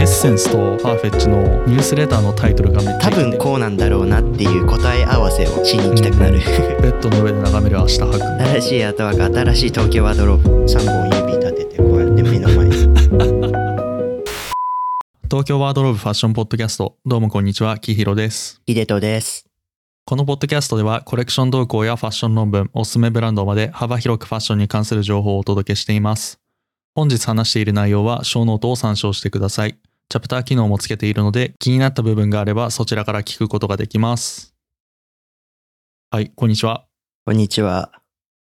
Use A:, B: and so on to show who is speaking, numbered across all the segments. A: エッセンスとパーフェッチのニュースレターのタイトルがめっちゃ
B: 多分こうなんだろうなっていう答え合わせをしに行きたくなる
A: ベッドの上で眺める明日博
B: 新しいアートワーク新しい東京ワードローブ3本指立ててこうやって目の前に
A: 東京ワードローブファッションポッドキャストどうもこんにちはきひろです
B: ヒデトです
A: このポッドキャストではコレクション動向やファッション論文おすすめブランドまで幅広くファッションに関する情報をお届けしています本日話している内容は小ノートを参照してくださいチャプター機能もつけているので気になった部分があればそちらから聞くことができますはいこんにちは
B: こんにちは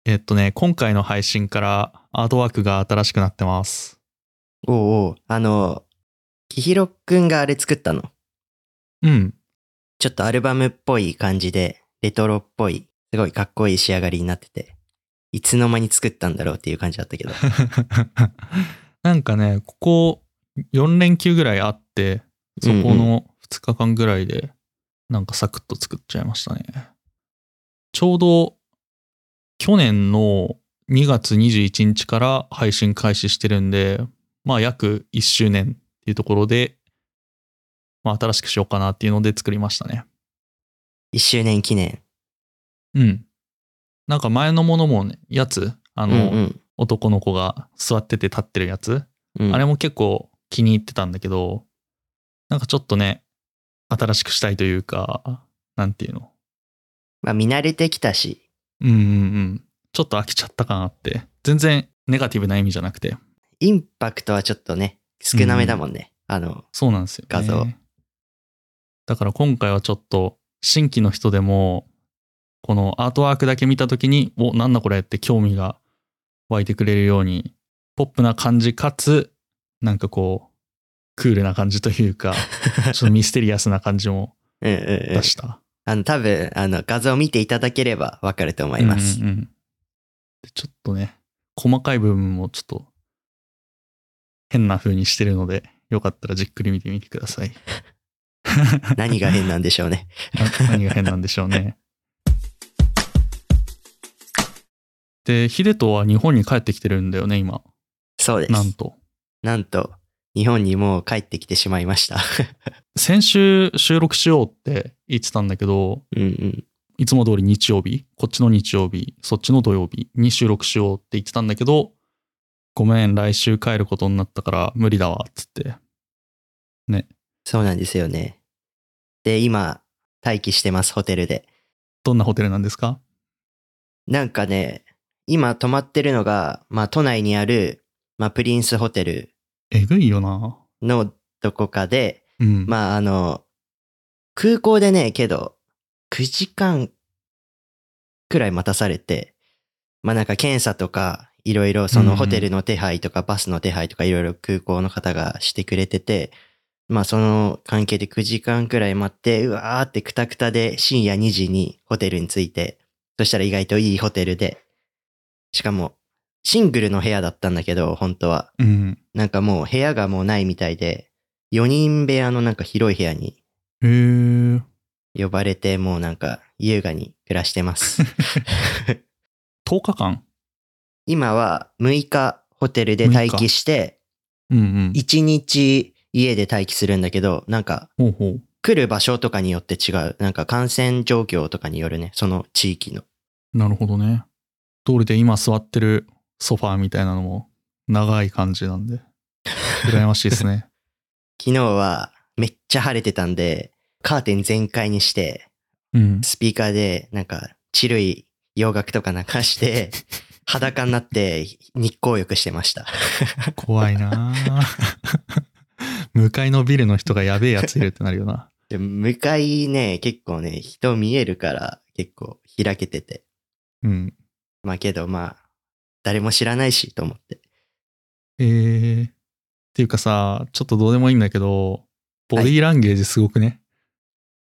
A: えっとね今回の配信からアートワークが新しくなってます
B: おうおうあのきひろくんがあれ作ったの
A: うん
B: ちょっとアルバムっぽい感じでレトロっぽいすごいかっこいい仕上がりになってていつの間に作ったんだろうっていう感じだったけ ど
A: なんかね、ここ4連休ぐらいあって、そこの2日間ぐらいで、なんかサクッと作っちゃいましたね。ちょうど去年の2月21日から配信開始してるんで、まあ約1周年っていうところで、まあ新しくしようかなっていうので作りましたね。
B: 1周年記念
A: うん。なんか前のものもね、やつ、あ
B: うんう
A: の、
B: ん
A: 男の子が座ってて立ってるやつ、
B: うん
A: あれも結構気に入ってたんだけど、なんかちょっとね、新しくしたいというか、なんていうの。
B: まあ見慣れてきたし
A: うんうんうん。ちょっと飽きちゃったかなって。全然ネガティブな意味じゃなくて。
B: インパクトはちょっとね少なめだもんね、あの
A: そうなんですよ、ね。
B: 画像。
A: だから今回はちょっと、新規の人でも、このアートワークだけ見たときに、お、なんだこれって興味が湧いてくれるように、ポップな感じかつ、なんかこう、クールな感じという か、ちょっとミステリアスな感じも
B: うんうんうん
A: 出した。
B: あの、多分、あの、画像を見ていただければわかると思います。
A: うん うんうんでちょっとね、細かい部分もちょっと変な風にしてるので、よかったらじっくり見てみてください。
B: 何が変なんでしょうね。
A: な何 が変なんでしょうね。で、ヒデトは日本に帰ってきてるんだよね、今。
B: そうです。
A: なんと。
B: なんと、日本にもう帰ってきてしまいました。
A: 先週収録しようって言ってたんだけど、
B: うんうん。
A: いつも通り日曜日、こっちの日曜日、そっちの土曜日に収録しようって言ってたんだけど、ごめん、来週帰ることになったから無理だわ、つって。
B: そうなんですよね。で、今、待機してます、ホテルで。
A: どんなホテルなんですか
B: なんかね、今泊まってるのが、まあ、都内にある、まあ、プリンスホテル
A: えぐいよな。
B: のどこかで、
A: うん。
B: まあ、あの、空港でね、けど、9時間くらい待たされて、まあなんか検査とか、いろいろそ
A: うんう
B: の
A: ん
B: ホテルの手配とかバスの手配とかいろいろ空港の方がしてくれてて、まあその関係で9時間くらい待って、うわーってくたくたで深夜2時にホテルに着いて、そしたら意外といいホテルで、しかもシングルの部屋だったんだけど、本当は。
A: うん。
B: なんかもう部屋がもうないみたいで、4人部屋のなんか広い部屋に
A: へえ。
B: 呼ばれて、もうなんか優雅に暮らしてます。
A: 10日間
B: 今は6日ホテルで待機して、
A: うんうん。
B: 1日家で待機するんだけど、なんか
A: ほうほう。
B: 来る場所とかによって違う。なんか感染状況とかによるね、その地域の。
A: なるほどね。通りで今座ってるソファーみたいなのも長い感じなんで、羨ましいです ね。
B: 昨日はめっちゃ晴れてたんで、カーテン全開にして、
A: うん。
B: スピーカーで、なんか、チルい洋楽とか流して、裸になって日光浴してました。
A: 怖いなあ 向かいのビルの人がやべえやついるってなるよな。
B: で向かいね、結構ね、人見えるから結構開けてて。
A: うん。
B: まあけどまあ、誰も知らないしと思って。
A: えー。っていうかさ、ちょっとどうでもいいんだけど、ボディーランゲージすごくね。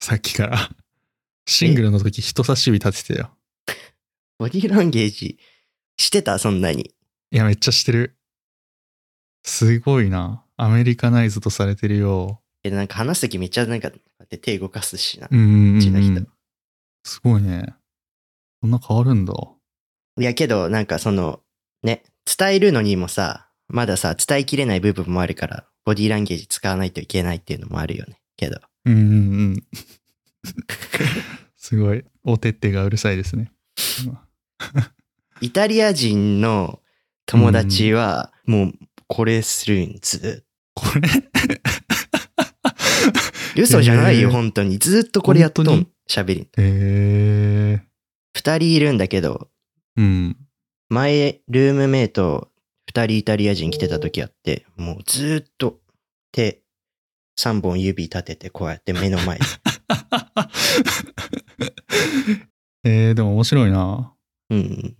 A: さっきから。シングルの時人差し指立ててたよ。
B: ボディーランゲージしてたそんなに。
A: いや、めっちゃしてる。すごいな。アメリカナイズとされてるよ。
B: けどなんか話すときめっちゃなんか、こうやって手動かすしな。
A: うんうんうん、
B: ちな人
A: すごいね。そんな変わるんだ。
B: いやけどなんかその、ね、伝えるのにもさ、まださ、伝えきれない部分もあるから、ボディーランゲージ使わないといけないっていうのもあるよね。けど。
A: うんうんうん。 すごい。おてってがうるさいですね。今
B: イタリア人の友達は、もう、これするん、ず
A: これ、
B: っと。嘘じゃないよ、
A: へー
B: 本当に。ずっとこれやっと
A: 本
B: ん、喋り。
A: えー、
B: 二人いるんだけど、
A: うん。
B: 前、ルームメイト、二人イタリア人来てた時あって、もうずっと手、三本指立てて、こうやって目の 前で。
A: えー、でも面白いな。
B: うんうん。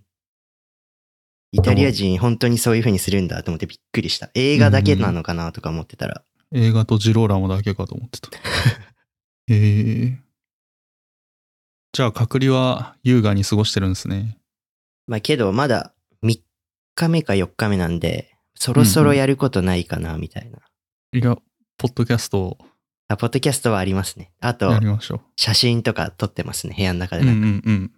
B: イタリア人、本当にそういう風にするんだと思ってびっくりした。映画だけなのかなとか思ってたら、
A: 映画とジローラモだけかと思って た。えー、じゃあ、隔離は優雅に過ごしてるんですね。
B: まあけど、まだ3日目か4日目なんで、そろそろやることないかな、みたいな。
A: いや、ポッドキャストを
B: あ、ポッドキャストはありますね。あと
A: や、りましょう。
B: 写真とか撮ってますね、部屋の中で
A: うんう
B: なんか。
A: んうん。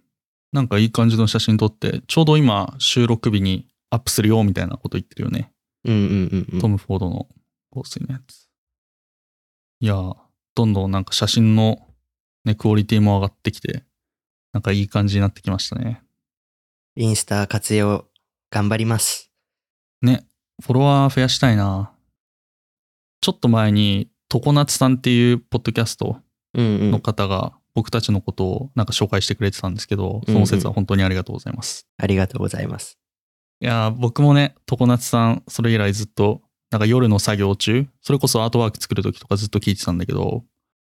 A: なんかいい感じの写真撮って、ちょうど今収録日にアップするよみたいなこと言ってるよね。
B: うんうんうんう
A: ト
B: ん。
A: ム・フォードの香水のやつ。いやー、どんどんなんか写真のね、クオリティも上がってきて、なんかいい感じになってきましたね。
B: インスタ活用、頑張ります。
A: ね、フォロワー増やしたいな。ちょっと前に、常夏さんっていうポッドキャスト
B: うんう
A: の
B: ん。
A: 方が僕たちのことをなんか紹介してくれてたんですけど、その説は本当にありがとうございます。
B: ありがとうございます。
A: いやー僕もね常夏さんそれ以来ずっとなんか夜の作業中それこそアートワーク作る時とかずっと聞いてたんだけど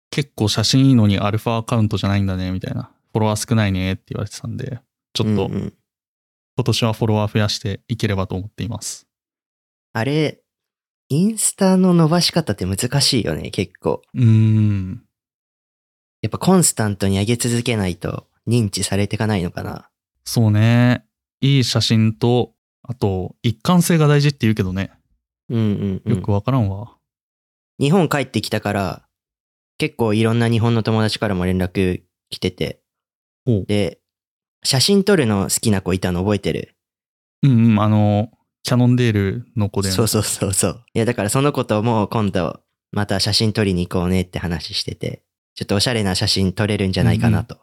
A: 結構写真いいのにアルファアカウントじゃないんだねみたいなフォロワー少ないねって言われてたんでちょっと
B: うんうん
A: 今年はフォロワー増やしていければと思っています、
B: あれ、インスタの伸ばし方って難しいよね、結構。
A: うーん
B: やっぱコンスタントに上げ続けないと認知されていかないのかな。
A: そうねいい写真とあと一貫性が大事って言うけどね
B: うんうん、
A: よくわからんわ
B: 日本帰ってきたから、結構いろんな日本の友達からも連絡来てて
A: ほう。
B: で、写真撮るの好きな子いたの覚えてる
A: うんうん、あのキャノンデールの子で
B: そうそうそうそう。いや、だからその子ともう今度、また写真撮りに行こうねって話してて、ちょっとおしゃれな写真撮れるんじゃないかなと。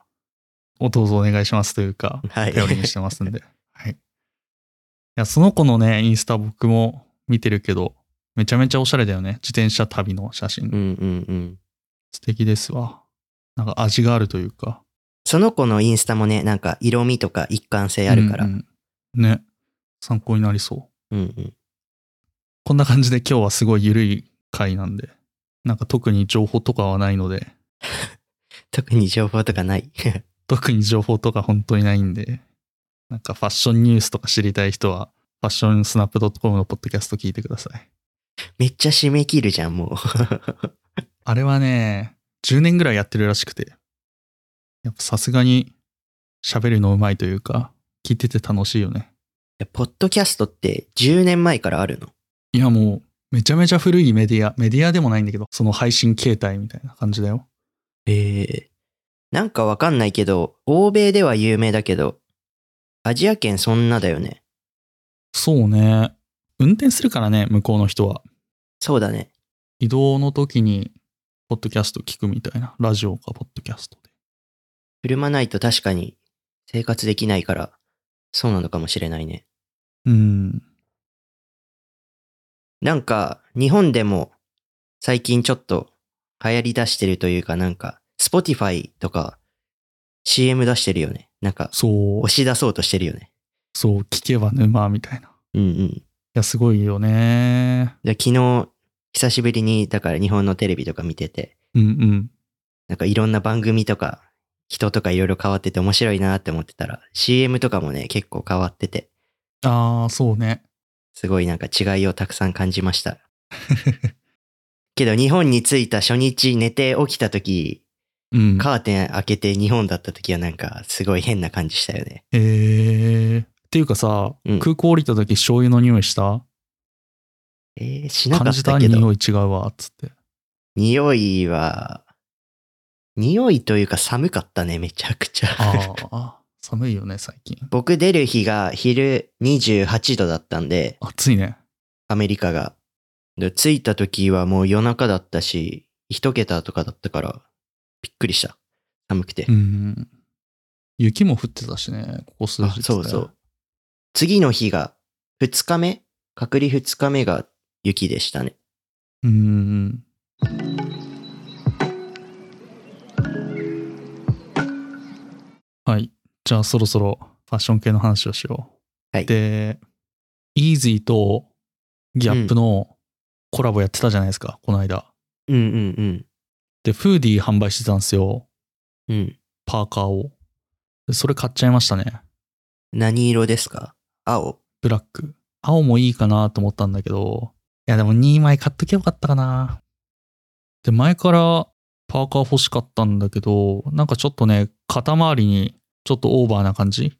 A: おどうぞお願いしますというか
B: はい。
A: 頼りにしてますんで。はい。いや、その子のね、インスタ僕も見てるけど、めちゃめちゃおしゃれだよね。自転車旅の写真。
B: うんうんうん。
A: 素敵ですわ。なんか味があるというか。
B: その子のインスタもね、なんか色味とか一貫性あるから。
A: う
B: うんん
A: うんね。参考になりそう。
B: うん。
A: こんな感じで今日はすごい緩い回なんで、なんか特に情報とかはないので、
B: 特に情報とかない。
A: 特に情報とか本当にないんで、なんかファッションニュースとか知りたい人は、ファッションスナップ .com のポッドキャスト聞いてください。
B: めっちゃ締め切るじゃん、もう。
A: あれはね、10年ぐらいやってるらしくて、やっぱさすがに喋るのうまいというか、聞いてて楽しいよね。
B: えポッドキャストって10年前からあるの
A: いやもう、めちゃめちゃ古いメディア、メディアでもないんだけど、その配信形態みたいな感じだよ。
B: ええなんかわかんないけど、欧米では有名だけど、アジア圏そんなだよね。
A: そうね。運転するからね、向こうの人は。
B: そうだね。
A: 移動の時に、ポッドキャスト聞くみたいな。ラジオかポッドキャストで。
B: 車ないと確かに生活できないから、そうなのかもしれないね。
A: うん。
B: なんか、日本でも最近ちょっと流行り出してるというかなんか、Spotify とか CM 出してるよね。なんか、
A: そう
B: 押、し出そうとしてるよね。
A: そう、聞けば沼みたいな。い
B: うんうん。
A: や、すごいよね。
B: で昨日、久しぶりに、だから日本のテレビとか見てて、
A: うんうん。
B: なんかいろんな番組とか、人とかいろいろ変わってて面白いなって思ってたら、CM とかもね、結構変わってて、
A: ああ、そうね。
B: すごいなんか違いをたくさん感じま した。けど日本に着いた初日寝て起きた時、
A: うん。
B: カーテン開けて日本だった時はなんかすごい変な感じしたよね。
A: えー、っていうかさ、
B: うん
A: 空港降りた時醤油の匂いした
B: えー、しなか
A: 感
B: っ
A: じた
B: たけど、
A: 匂い違うわっつって
B: 匂いは、匂いというか寒かったね、めちゃくちゃ。
A: ああ寒いよね、最近。
B: 僕出る日が昼28度だったんで、
A: 暑いね。
B: アメリカが。で、着いた時はもう夜中だったし、一桁とかだったから、びっくりした。寒くて。
A: うん。雪も降ってたしね、ここ数
B: あ
A: 日、ね。
B: そうそう。。次の日が、2日目隔離2日目が雪でしたね。
A: うん。はい。じゃあそろそろファッション系の話をしよう。
B: はい
A: で、イージーとギャップのコラボやってたじゃないですか、この間。
B: うんうん
A: で、フーディー販売してたんですよ。
B: うん。うん。
A: パーカーを。でそれ買っちゃいましたね。
B: 何色ですか青。
A: ブラック。青もいいかなと思ったんだけど、いやでも2枚買っときゃよかったかな。で、前からパーカー欲しかったんだけど、なんかちょっとね、肩周りにちょっとオーバーな感じ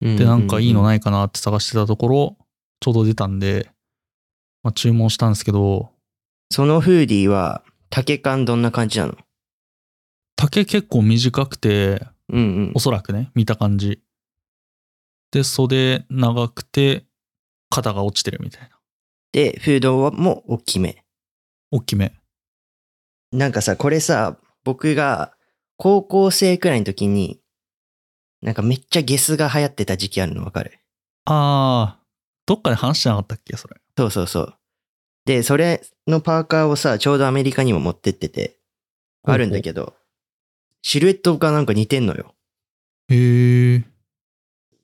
A: で、なんかいいの
B: い
A: ないかなって探してたところ、ちょうど出たんで、まあ注文したんですけど、
B: そのフーディーは、丈感どんな感じなの
A: 丈結構短くて、
B: うんうん
A: お。そらくね、見た感じ。で、袖長くて、肩が落ちてるみたいな。
B: で、フードも大きめ。
A: 大きめ。
B: なんかさ、これさ、僕が高校生くらいの時に、なんかめっちゃゲスが流行ってた時期あるのわかる
A: あー、どっかで話してなかったっけ、それ。
B: そうそうそう。で、それのパーカーをさ、ちょうどアメリカにも持ってってて、あるんだけど、シルエットがなんか似てんのよ。
A: ど。へえ。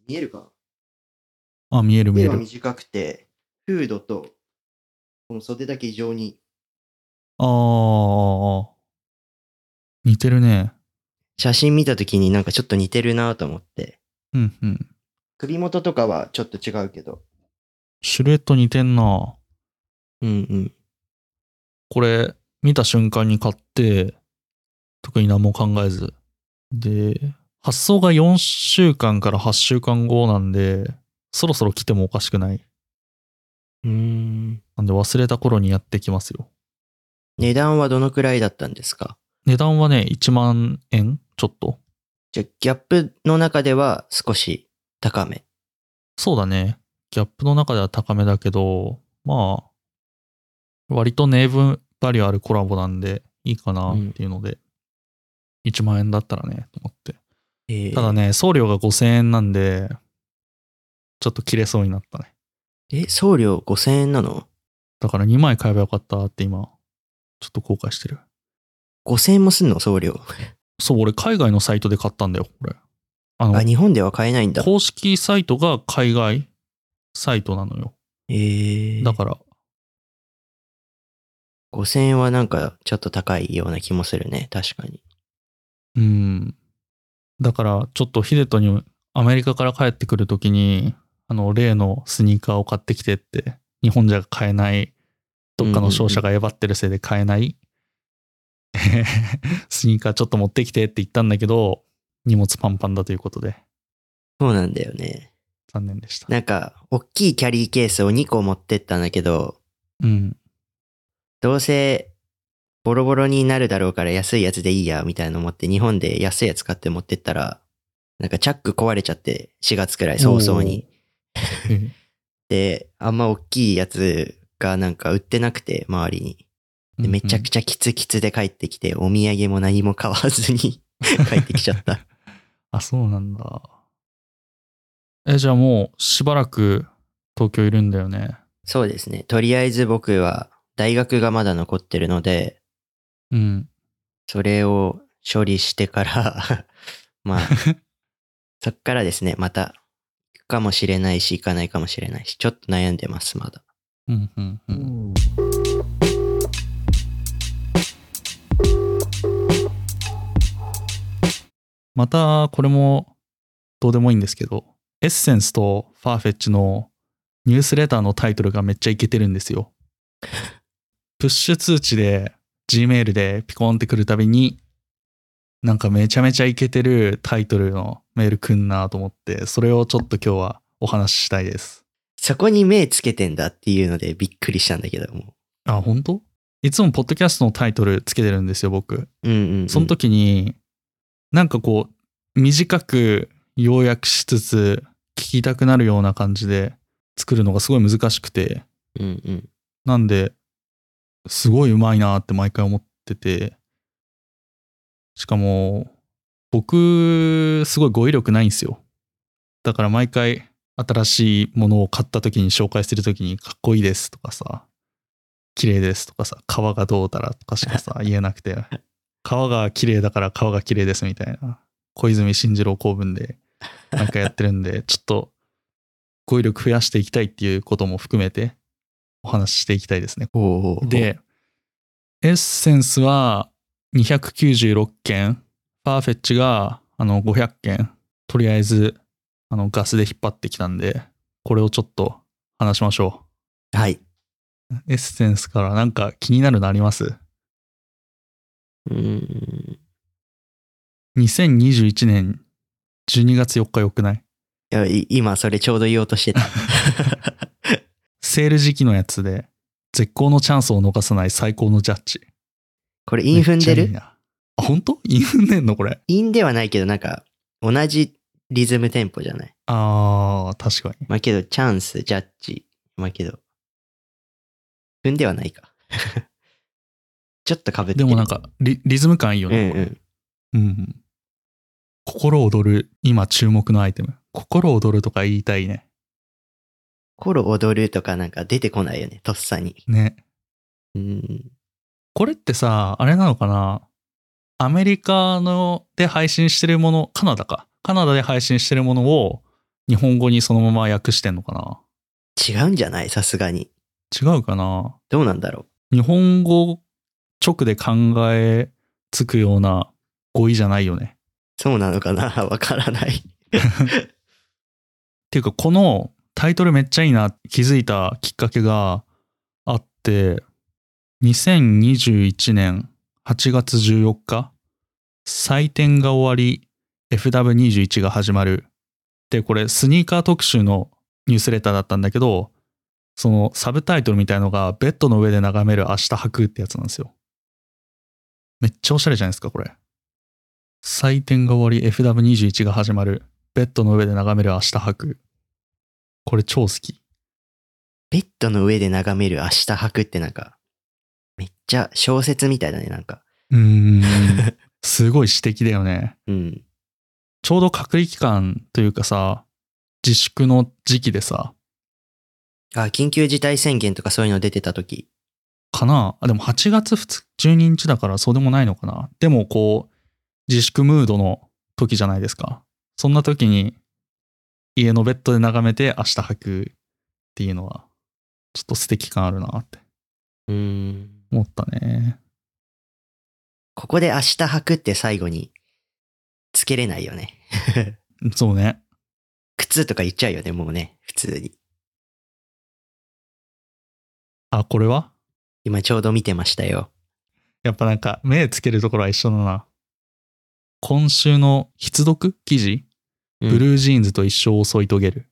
B: 見えるか
A: あ、見える見え
B: 手は
A: る。
B: 短くて、フードと、この袖だけ異常に
A: あー。似てるね。
B: 写真見た時になんかちょっと似てるなと思って。
A: うんうん。
B: 首元とかはちょっと違うけど。
A: シルエット似てんな。
B: うんうん。
A: これ、見た瞬間に買って、特に何も考えず。で、発送が4週間から8週間後なんで、そろそろ来てもおかしくない。
B: うーん。
A: なんで忘れた頃にやってきますよ。
B: 値段はどのくらいだったんですか
A: 値段はね、1万円ちょっと。
B: じゃあ、ギャップの中では少し高め。
A: そうだね。ギャップの中では高めだけど、まあ、割とネームバリューあるコラボなんで、いいかなっていうので、1万円だったらね、と思って。
B: ええ
A: ただね、送料が5000円なんで、ちょっと切れそうになったね。
B: え、送料5000円なの
A: だから2枚買えばよかったって今、ちょっと後悔してる。
B: ?5000 円もすんの送料。
A: そう、俺海外のサイトで買ったんだよ、これ。あの
B: あ、、日本では買えないんだ。
A: 公式サイトが海外サイトなのよ。
B: ええ
A: だから、
B: 5000円はなんかちょっと高いような気もするね。確かに。
A: うん。だから、ちょっとヒデトにアメリカから帰ってくるときに、あの、例のスニーカーを買ってきてって、日本じゃ買えない、どっかの商社がえばってるせいで買えない、 スニーカーちょっと持ってきてって言ったんだけど、荷物パンパンだということで、
B: そうなんだよね。
A: 残念でした。
B: なんか、大きいキャリーケースを2個持ってったんだけど、
A: うん。
B: どうせボロボロになるだろうから安いやつでいいや、みたいなの思って日本で安いやつ買って持ってったら、なんかチャック壊れちゃって4月くらい早々に。
A: おー。え
B: で、あんま大きいやつがなんか売ってなくて、周りに。
A: え
B: でめちゃくちゃキツキツで帰ってきて、お土産も何も買わずに 帰ってきちゃった。
A: あ、そうなんだ。え、じゃあもうしばらく東京いるんだよね。
B: そうですね。とりあえず僕は大学がまだ残ってるので、
A: うん。
B: それを処理してから、 まあ、そっからですね、また、行くかもしれないし、行かないかもしれないし、ちょっと悩んでます、まだ。
A: うん、うん、うん。またこれもどうでもいいんですけどエッセンスとファーフェッチのニュースレターのタイトルがめっちゃイケてるんです よプッシュ通知で Gmail でピコンってくるたびになんかめちゃめちゃイケてるタイトルのメールくんなと思ってそれをちょっと今日はお話ししたいです
B: そこに目つけてんだっていうのでびっくりしたんだけども。
A: あ本当いつもポッドキャストのタイトルつけてるんですよ僕
B: うんうん、うん。
A: その時に、なんかこう、短く要約しつつ聞きたくなるような感じで作るのがすごい難しくて
B: うんうん。
A: なんですごいうまいなって毎回思っててしかも僕すごい語彙力ないんですよだから毎回新しいものを買った時に紹介する時にかっこいいですとかさ綺麗ですとかさ皮がどうだらとかしかさ言えなくて皮が綺麗だから皮が綺麗ですみたいな小泉進次郎公文で毎回やってるんでちょっと語彙力増やしていきたいっていうことも含めてお話ししていきたいですね
B: ほうほうほう、
A: で、エッセンスは296件、パーフェッチがあの500件、とりあえずあのガスで引っ張ってきたんで、これをちょっと話しましょ
B: はい。
A: う。エッセンスからなんか気になるのあります
B: うん。
A: ?2021 年12月4日よくない
B: いやい今、それちょうど言おうとして た。
A: セール時期のやつで、絶好のチャンスを逃さない最高のジャッジ。
B: これ、イン踏んで
A: めっちゃいい
B: る
A: なあ、本当イン踏んでんのこれ。
B: インではないけど、なんか、同じリズムテンポじゃない。
A: あー、確かに。
B: まあけど、チャンス、ジャッジ。まあけど、踏んではないか。 ちょっと被ってる
A: でもなん、かリ、リズム感いいよ
B: うんう
A: ね。これ
B: ん。
A: うん。心躍る、今注目のアイテム。心躍るとか言いたいね。
B: 心踊るとかなんか出てこないよね、とっさに。
A: ね。
B: うん。
A: これってさ、あれなのかなアメリカので配信してるもの、カナダか。カナダで配信してるものを日本語にそのまま訳してんのか
B: 違うんじゃないさすがに。
A: な違うかな
B: どうなんだろ
A: 日本語直で考えつくような語彙じゃないよね。
B: う。そうなのかな わからない。
A: っていうかこのタイトルめっちゃいいなって気づいたきっかけがあって2021年8月14日採点が終わり FW21 が始まるでこれスニーカー特集のニュースレターだったんだけどそのサブタイトルみたいのがベッドの上で眺める明日履くってやつなんですよめっちゃおしゃれじゃないですかこれ採点が終わり FW21 が始まるベッドの上で眺める明日履く。これ超好き。
B: ベッドの上で眺める明日履くってなんか、めっちゃ小説みたいだね、なんか。
A: うー ん。すごい詩的だよね。
B: うん。
A: ちょうど隔離期間というかさ、自粛の時期でさ、
B: あ、緊急事態宣言とかそういうの出てた時。
A: かなあ、でも8月2日12日だからそうでもないのかなでもこう、自粛ムードの時じゃないですか。そんな時に、家のベッドで眺めて明日履くっていうのは、ちょっと素敵感あるなって
B: うーん。
A: 思ったね。
B: ここで明日履くって最後に、つけれないよね。
A: そうね。
B: 靴とか言っちゃうよね、もうね、普通に。
A: あ、これは
B: 今ちょうど見てましたよ。
A: やっぱなんか目つけるところは一緒だな。今週の必読記事、
B: うん
A: ブルージーンズと一生を添い遂げる。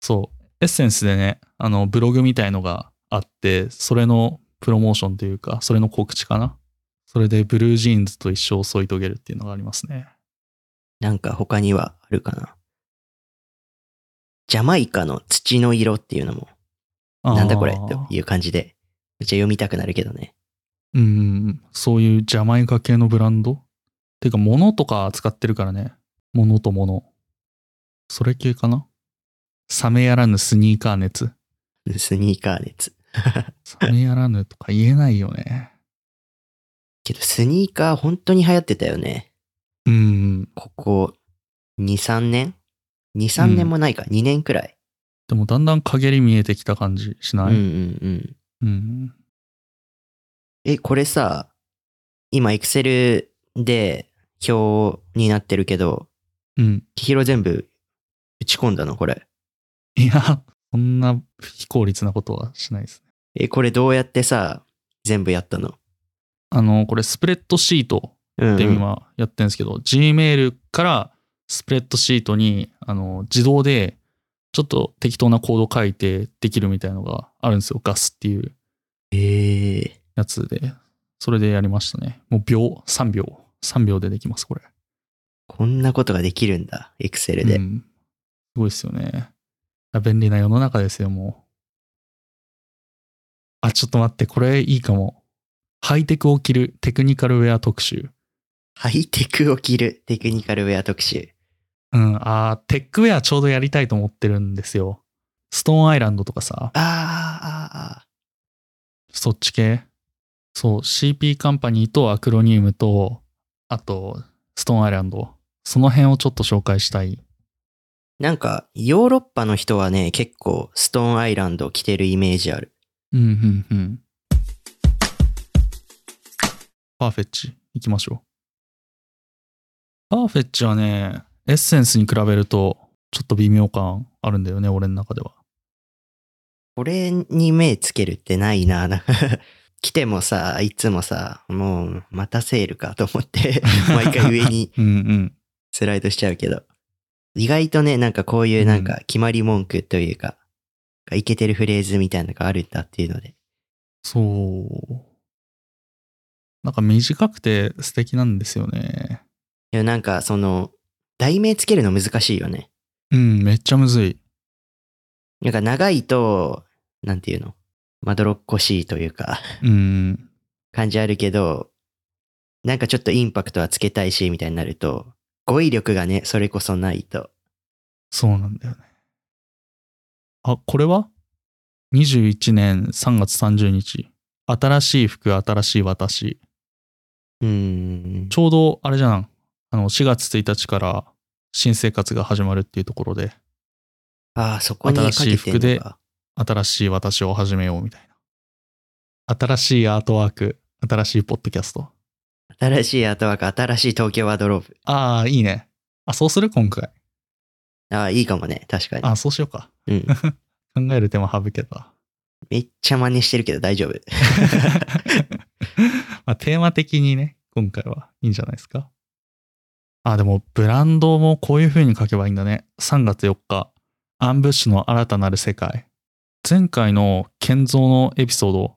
A: そう。エッセンスでね、あの、ブログみたいのがあって、それのプロモーションというか、それの告知かな。それで、ブルージーンズと一生を添い遂げるっていうのがありますね。
B: なんか他にはあるかな。ジャマイカの土の色っていうのも、
A: あー
B: なんだこれという感じで、めっちゃ読みたくなるけどね。
A: うん、そういうジャマイカ系のブランドていうか、物とか扱ってるからね。物と物。それ系かな冷めやらぬスニーカー熱。
B: スニーカー熱。
A: 冷めやらぬとか言えないよね。
B: けどスニーカー本当に流行ってたよね。
A: うん。
B: ここ2、3年 ?2、3年もないか、2年くらい。
A: でもだんだん陰り見えてきた感じし
B: うん
A: な
B: う
A: い、
B: んうん。
A: うん
B: え、これさ、今エクセルで表になってるけど、
A: うん。
B: キヒロ全部打ち込んだのこれ。
A: いや、そんな非効率なことはしないですね。
B: え、これどうやってさ、全部やったの
A: あの、これスプレッドシート
B: うん、
A: で今やってるんですけど、Gmail からスプレッドシートにあの自動でちょっと適当なコード書いてできるみたいのがあるんですよ。ガスっていう
B: ええ
A: やつで。それでやりましたね。もう秒、3秒。3秒でできます、これ。
B: こんなことができるんだ、エクセルで。
A: うんすごいですよね。便利な世の中ですよ、もう。あ、ちょっと待って、これいいかも。ハイテクを着るテクニカルウェア特集。
B: ハイテクを着るテクニカルウェア特集。
A: うん、あーテックウェアちょうどやりたいと思ってるんですよ。ストーンアイランドとかさ、
B: あーあー、あ
A: そっち系。そう、CP カンパニーとアクロニウムと、あと、ストーンアイランド。その辺をちょっと紹介したい。
B: ーなんか、ヨーロッパの人はね、結構、ストーンアイランドを着てるイメージある。
A: うん、うん、うん。パーフェッチ、行きましょう。パーフェッチはね、エッセンスに比べると、ちょっと微妙感あるんだよね、俺の中では。
B: これに目つけるってないな。なん か来てもさ、いつもさ、もう、またセールかと思 って、毎回上に
A: うんうん。
B: スライドしちゃうけど。意外とね、なんかこういうなんか決まり文句というか、いけてるフレーズみたいなのがあるんだっていうので。
A: そう。なんか短くて素敵なんですよね。
B: いや、なんかその、題名つけるの難しいよね。
A: うん、めっちゃむずい。
B: なんか長いと、なんていうのまどろっこしいというか、
A: うん。
B: 感じあるけど、なんかちょっとインパクトはつけたいし、みたいになると、語彙力がね、それこそないと。
A: そうなんだよね。あ、これは ?21 年3月30日。新しい服、新しい私。
B: うーん。
A: ちょうどあれじゃん。あの、4月1日から新生活が始まるっていうところで、
B: ああ、そこにかけ
A: 新しい服
B: てん
A: で
B: のか。
A: 新しい私を始めようみたいな。新しいアートワーク、新しいポッドキャスト。
B: 新しいアートワーク、新しい東京ワードローブ。
A: ああ、いいね。あ、そうする今回。
B: ああ、いいかもね、確かに。
A: あ、そうしようか。
B: うん。
A: 考える手間省けた。
B: めっちゃ真似してるけど大丈夫。
A: まあ、テーマ的にね、今回はいいんじゃないですか。あ、でも、ブランドもこういう風に書けばいいんだね。3月4日、アンブッシュの新たなる世界。前回の建造のエピソード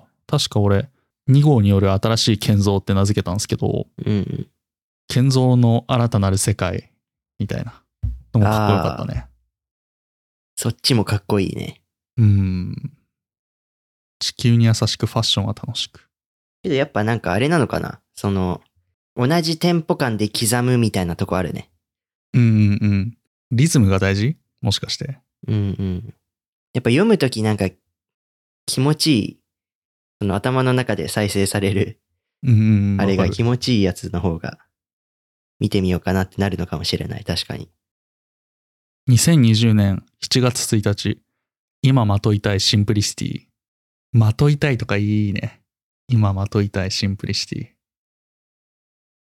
A: が、確か俺、2号による新しい建造って名付けたんですけど、
B: うん。
A: 建造の新たなる世界みたいなのもかっこよかったね。
B: そっちもかっこいいね。
A: うん。地球に優しくファッションは楽しく。
B: けどやっぱなんかあれなのかなその、同じテンポ感で刻むみたいなとこあるね。
A: うんうんうん。リズムが大事もしかして。
B: うんうん。やっぱ読むときなんか気持ちいい、その頭の中で再生される、
A: うんうんうん。
B: あれ
A: わか
B: が気
A: る
B: 持ちいいやつの方が、見てみようかなってなるのかもしれない。確かに。
A: 2020年7月1日。今まといたいシンプリシティ。まといたいとかいいね。今まといたいシンプリシテ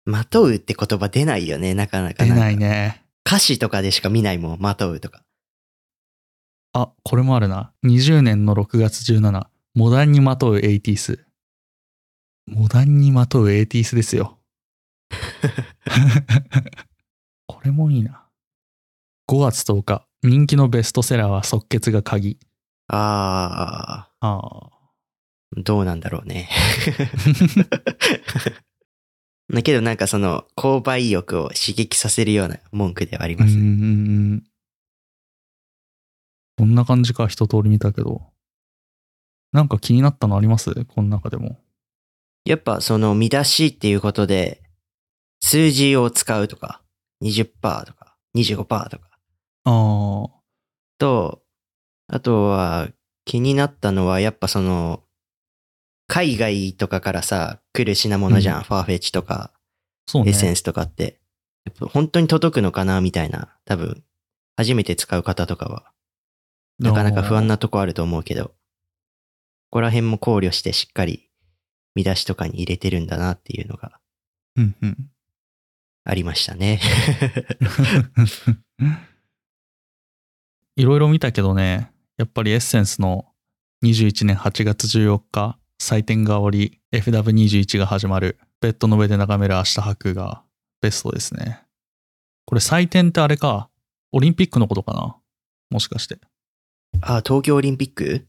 B: まとうって言葉出ないよね、なかな
A: ィ。
B: か
A: 出
B: んか
A: ない。ね。
B: 歌詞とかでしか見ないもん、まとうとか。
A: あ、これもあるな。20年の6月17。モダンにまとうエイティス。モダンにまとうエイティスです よ。これもいいな。5月10日。人気のベストセラーは即決が鍵。
B: あ
A: ああ。
B: ー、どうなんだろ うね。だけどなんかその、購買意欲を刺激させるような文句ではあり
A: うん
B: ま
A: うん
B: すね。
A: うん。こんな感じか、一通り見たけど。なんか気になったのありますこの中でも。
B: やっぱその見出しっていうことで、数字を使うとか、20%とか、25%とか、
A: ああ。
B: と、あとは気になったのはやっぱその、海外とかからさ、来る品物じゃん、ファーフェチとか、
A: そうね。
B: エッセンスとかって。やっぱ本当に届くのかなみたいな、多分、初めて使う方とかは、なかなか不安
A: な。
B: なとこあると思うけど、ここら辺も考慮してしっかり見出しとかに入れてるんだなっていうのが
A: うんうん。
B: ありましたね。
A: いろいろ見たけどね、やっぱりエッセンスの21年8月14日、祭典が終わり、FW21 が始まる、ベッドの上で眺める明日白がベストですね。これ祭典ってあれか、オリンピックのことかなもしかして。
B: あ、東京オリンピック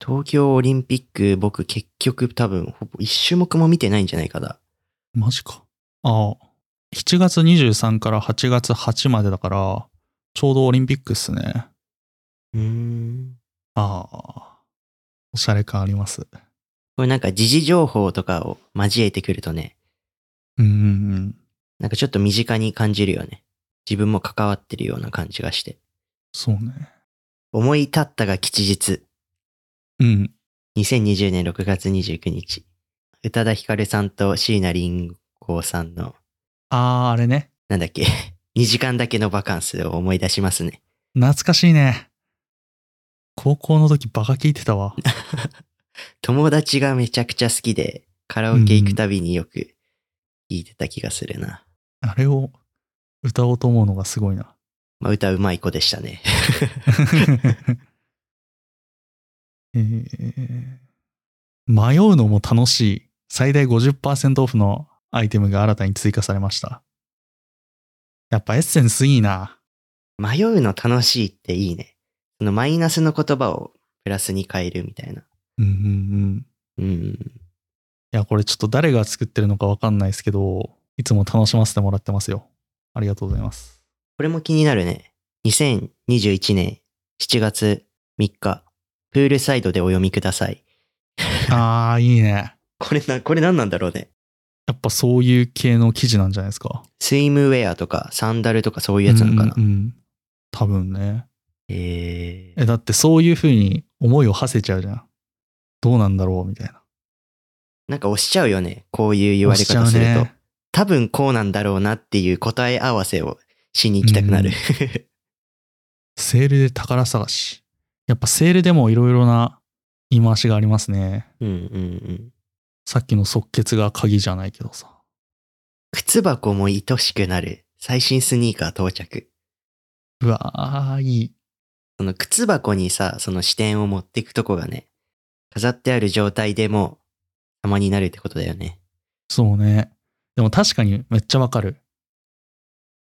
B: 東京オリンピック、僕結局多分、ほぼ一種目も見てないんじゃないかな。
A: マジか。ああ、 7月23から8月8までだから、ちょうどオリンピックっすね。
B: うーん。
A: ああ。おしゃれ感あります。
B: これなんか時事情報とかを交えてくるとね、
A: うんうんうん。
B: なんかちょっと身近に感じるよね。自分も関わってるような感じがして。
A: そうね。
B: 思い立ったが吉日。
A: うん。
B: 2020年6月29日。宇多田ヒカルさんと椎名林檎さんの、
A: ああ、あれね。
B: なんだっけ、2時間だけのバカンスを思い出しますね。
A: 懐かしいね。高校の時バカ聞いてた わ。
B: 友達がめちゃくちゃ好きで、カラオケ行くたびによく聴いてた気がするな。
A: あれを歌おうと思うのがすごい な。
B: まあ歌うまい子でしたね。
A: えー迷うのも楽しい最大50%オフのアイテムが新たに追加されました。やっぱエッセンスいいな。
B: 迷うの楽しいっていいね。そのマイナスの言葉をプラスに変えるみたいな。
A: うんうんうん。
B: うん。
A: いや、これちょっと誰が作ってるのかわかんないですけど、いつも楽しませてもらってますよ。ありがとうございます。
B: これも気になるね。2021年7月3日、プールサイドでお読みください。
A: あー、いいね。
B: これな、これ何なんだろうね。
A: やっぱそういう系の記事なんじゃないですか。
B: スイムウェアとかサンダルとかそういうやつなのかな。
A: うんうんうん多分ね。
B: えー、
A: え、だってそういう風に思いを馳せちゃうじゃん。どうなんだろうみたいな。
B: なんか押しちゃうよね。こういう言われ方する
A: 押しちゃ
B: と。
A: うね
B: 多分こうなんだろうなっていう答え合わせをしに行きたくなる。
A: セールで宝探し。やっぱセールでもいろいろな言い回しがありますね。
B: うんうんうん。
A: さっきの即決が鍵じゃないけどさ。
B: 靴箱も愛しくなる。最新スニーカー到着。
A: うわー、いい。
B: その靴箱にさ、その視点を持っていくとこがね、飾ってある状態でも様になるってことだよね。
A: そうね。でも確かにめっちゃわかる。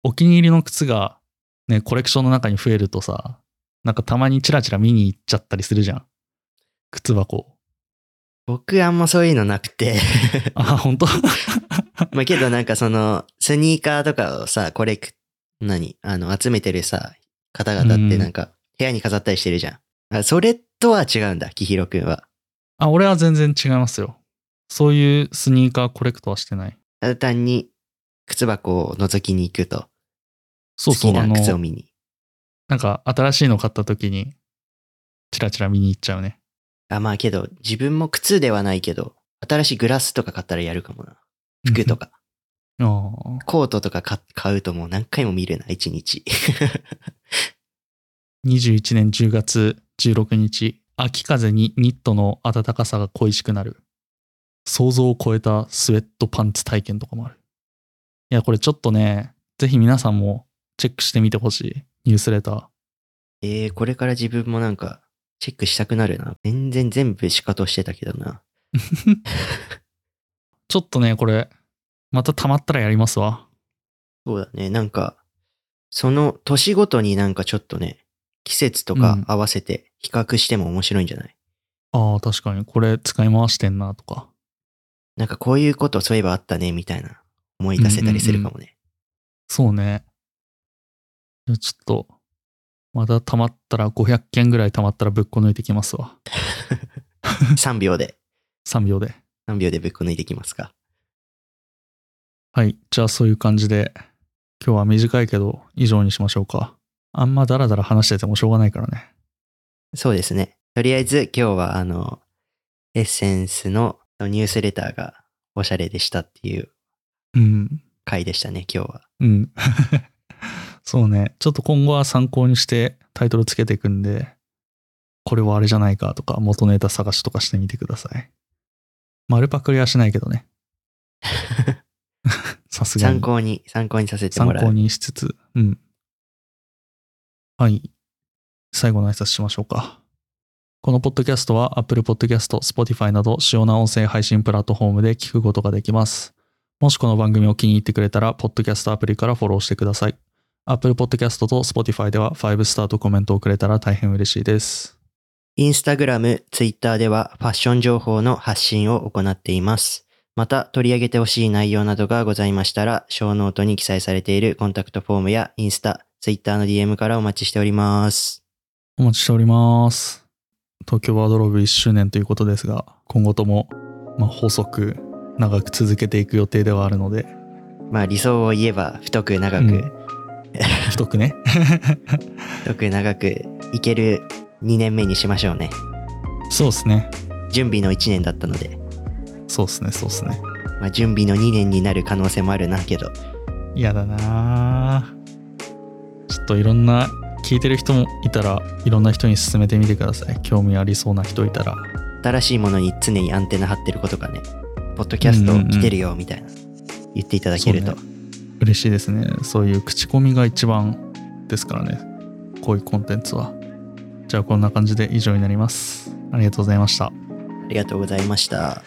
A: お気に入りの靴がね、コレクションの中に増えるとさ、なんかたまにチラチラ見に行っちゃったりするじゃん。靴箱を。
B: 僕あんまそういうのな くて。
A: あ、本当
B: まあけどなんかその、スニーカーとかをさ、これく、何あの、集めてるさ、方々ってなんか、部屋に飾ったりしてるじゃん。あそれとは違うんだ、きひろくんは。
A: あ、俺は全然違いますよ。そういうスニーカーコレクトはしてない。
B: ただ単に、靴箱を覗きに行くと。
A: そうそう、
B: 好
A: あ
B: き
A: の
B: な、靴を見に。
A: なんか新しいの買った時に、チラチラ見に行っちゃうね。
B: あ、まあけど、自分も靴ではないけど、新しいグラスとか買ったらやるかもな。服とか、
A: うん。ああ。
B: コートとか買買うともう何回も見るな、一日。
A: 21年10月16日、秋風にニットの暖かさが恋しくなる。想像を超えたスウェットパンツ体験とかもある。いや、これちょっとね、ぜひ皆さんもチェックしてみてほしい。ニュースレター。
B: えー、これから自分もなんか、チェックしたくなるな。全然全部仕方してたけどな。
A: ちょっとね、これ、また溜まったらやりますわ。
B: そうだね、なんか、その年ごとになんかちょっとね、季節と
A: う
B: か
A: ん
B: 合わせて比較しても面白いんじゃない、
A: ああ、確かにこれ使い回してんなとか。
B: なんかこういうことそういえばあったね、みたいな思い出せたりするかもね。
A: そうね。じゃあちょっと、また溜まったら、500件ぐらい溜まったらぶっこ抜いてきますわ。
B: 3秒で、
A: 3秒で。
B: 3秒でぶっこ抜いていきますか。
A: はい。じゃあそういう感じで、今日は短いけど、以上にしましょうか。あんまダラダラ話しててもしょうがないからね。
B: そうですね。とりあえず今日はあの、エッセンスのニュースレターがおしゃれでしたっていう
A: うん。
B: 回でしたね、今日は。
A: うん。 そうね。ちょっと今後は参考にしてタイトルつけていくんで、これはあれじゃないかとか、元ネタ探しとかしてみてください。丸パクリはしないけどね。さすがに。
B: 参考に、参考にさせても
A: 参
B: ら
A: 考
B: う。
A: にしつつ、うん。はい。最後の挨拶しましょうか。このポッドキャストは Apple Podcast、Spotify など主要な音声配信プラットフォームで聞くことができます。もしこの番組を気に入ってくれたら、ポッドキャストアプリからフォローしてください。Apple Podcast と Spotify では5スターとコメントをくれたら大変嬉しいです。
B: インスタグラム、ツイッターではファッション情報の発信を行っています。また取り上げてほしい内容などがございましたら、小ノートに記載されているコンタクトフォームやインスタ、ツイッターの DM からお待ちしております。
A: お待ちしております。東京ワードローブ1周年ということですが、今後とも、まあ、細く長く続けていく予定ではあるので、
B: まあ理想を言えば太く長く、
A: うん太くね。
B: 太く長くいける2年目にしましょうね。
A: そうですね。
B: 準備の1年だったので、
A: そうですね、そうですね。
B: まあ準備の2年になる可能性もあるなけど、
A: 嫌だなあちょっといろんな聞いてる人もいたらいろんな人に勧めてみてください興味ありそうな人いたら
B: 新しいものに常にアンテナ張ってることかね、ポッドキャスト来てるよみたいな、言っていただけると
A: そ。嬉しいですねそういう口コミが一番ですからねこういうコンテンツはじゃあこんな感じで以上になりますありがとうございました
B: ありがとうございました。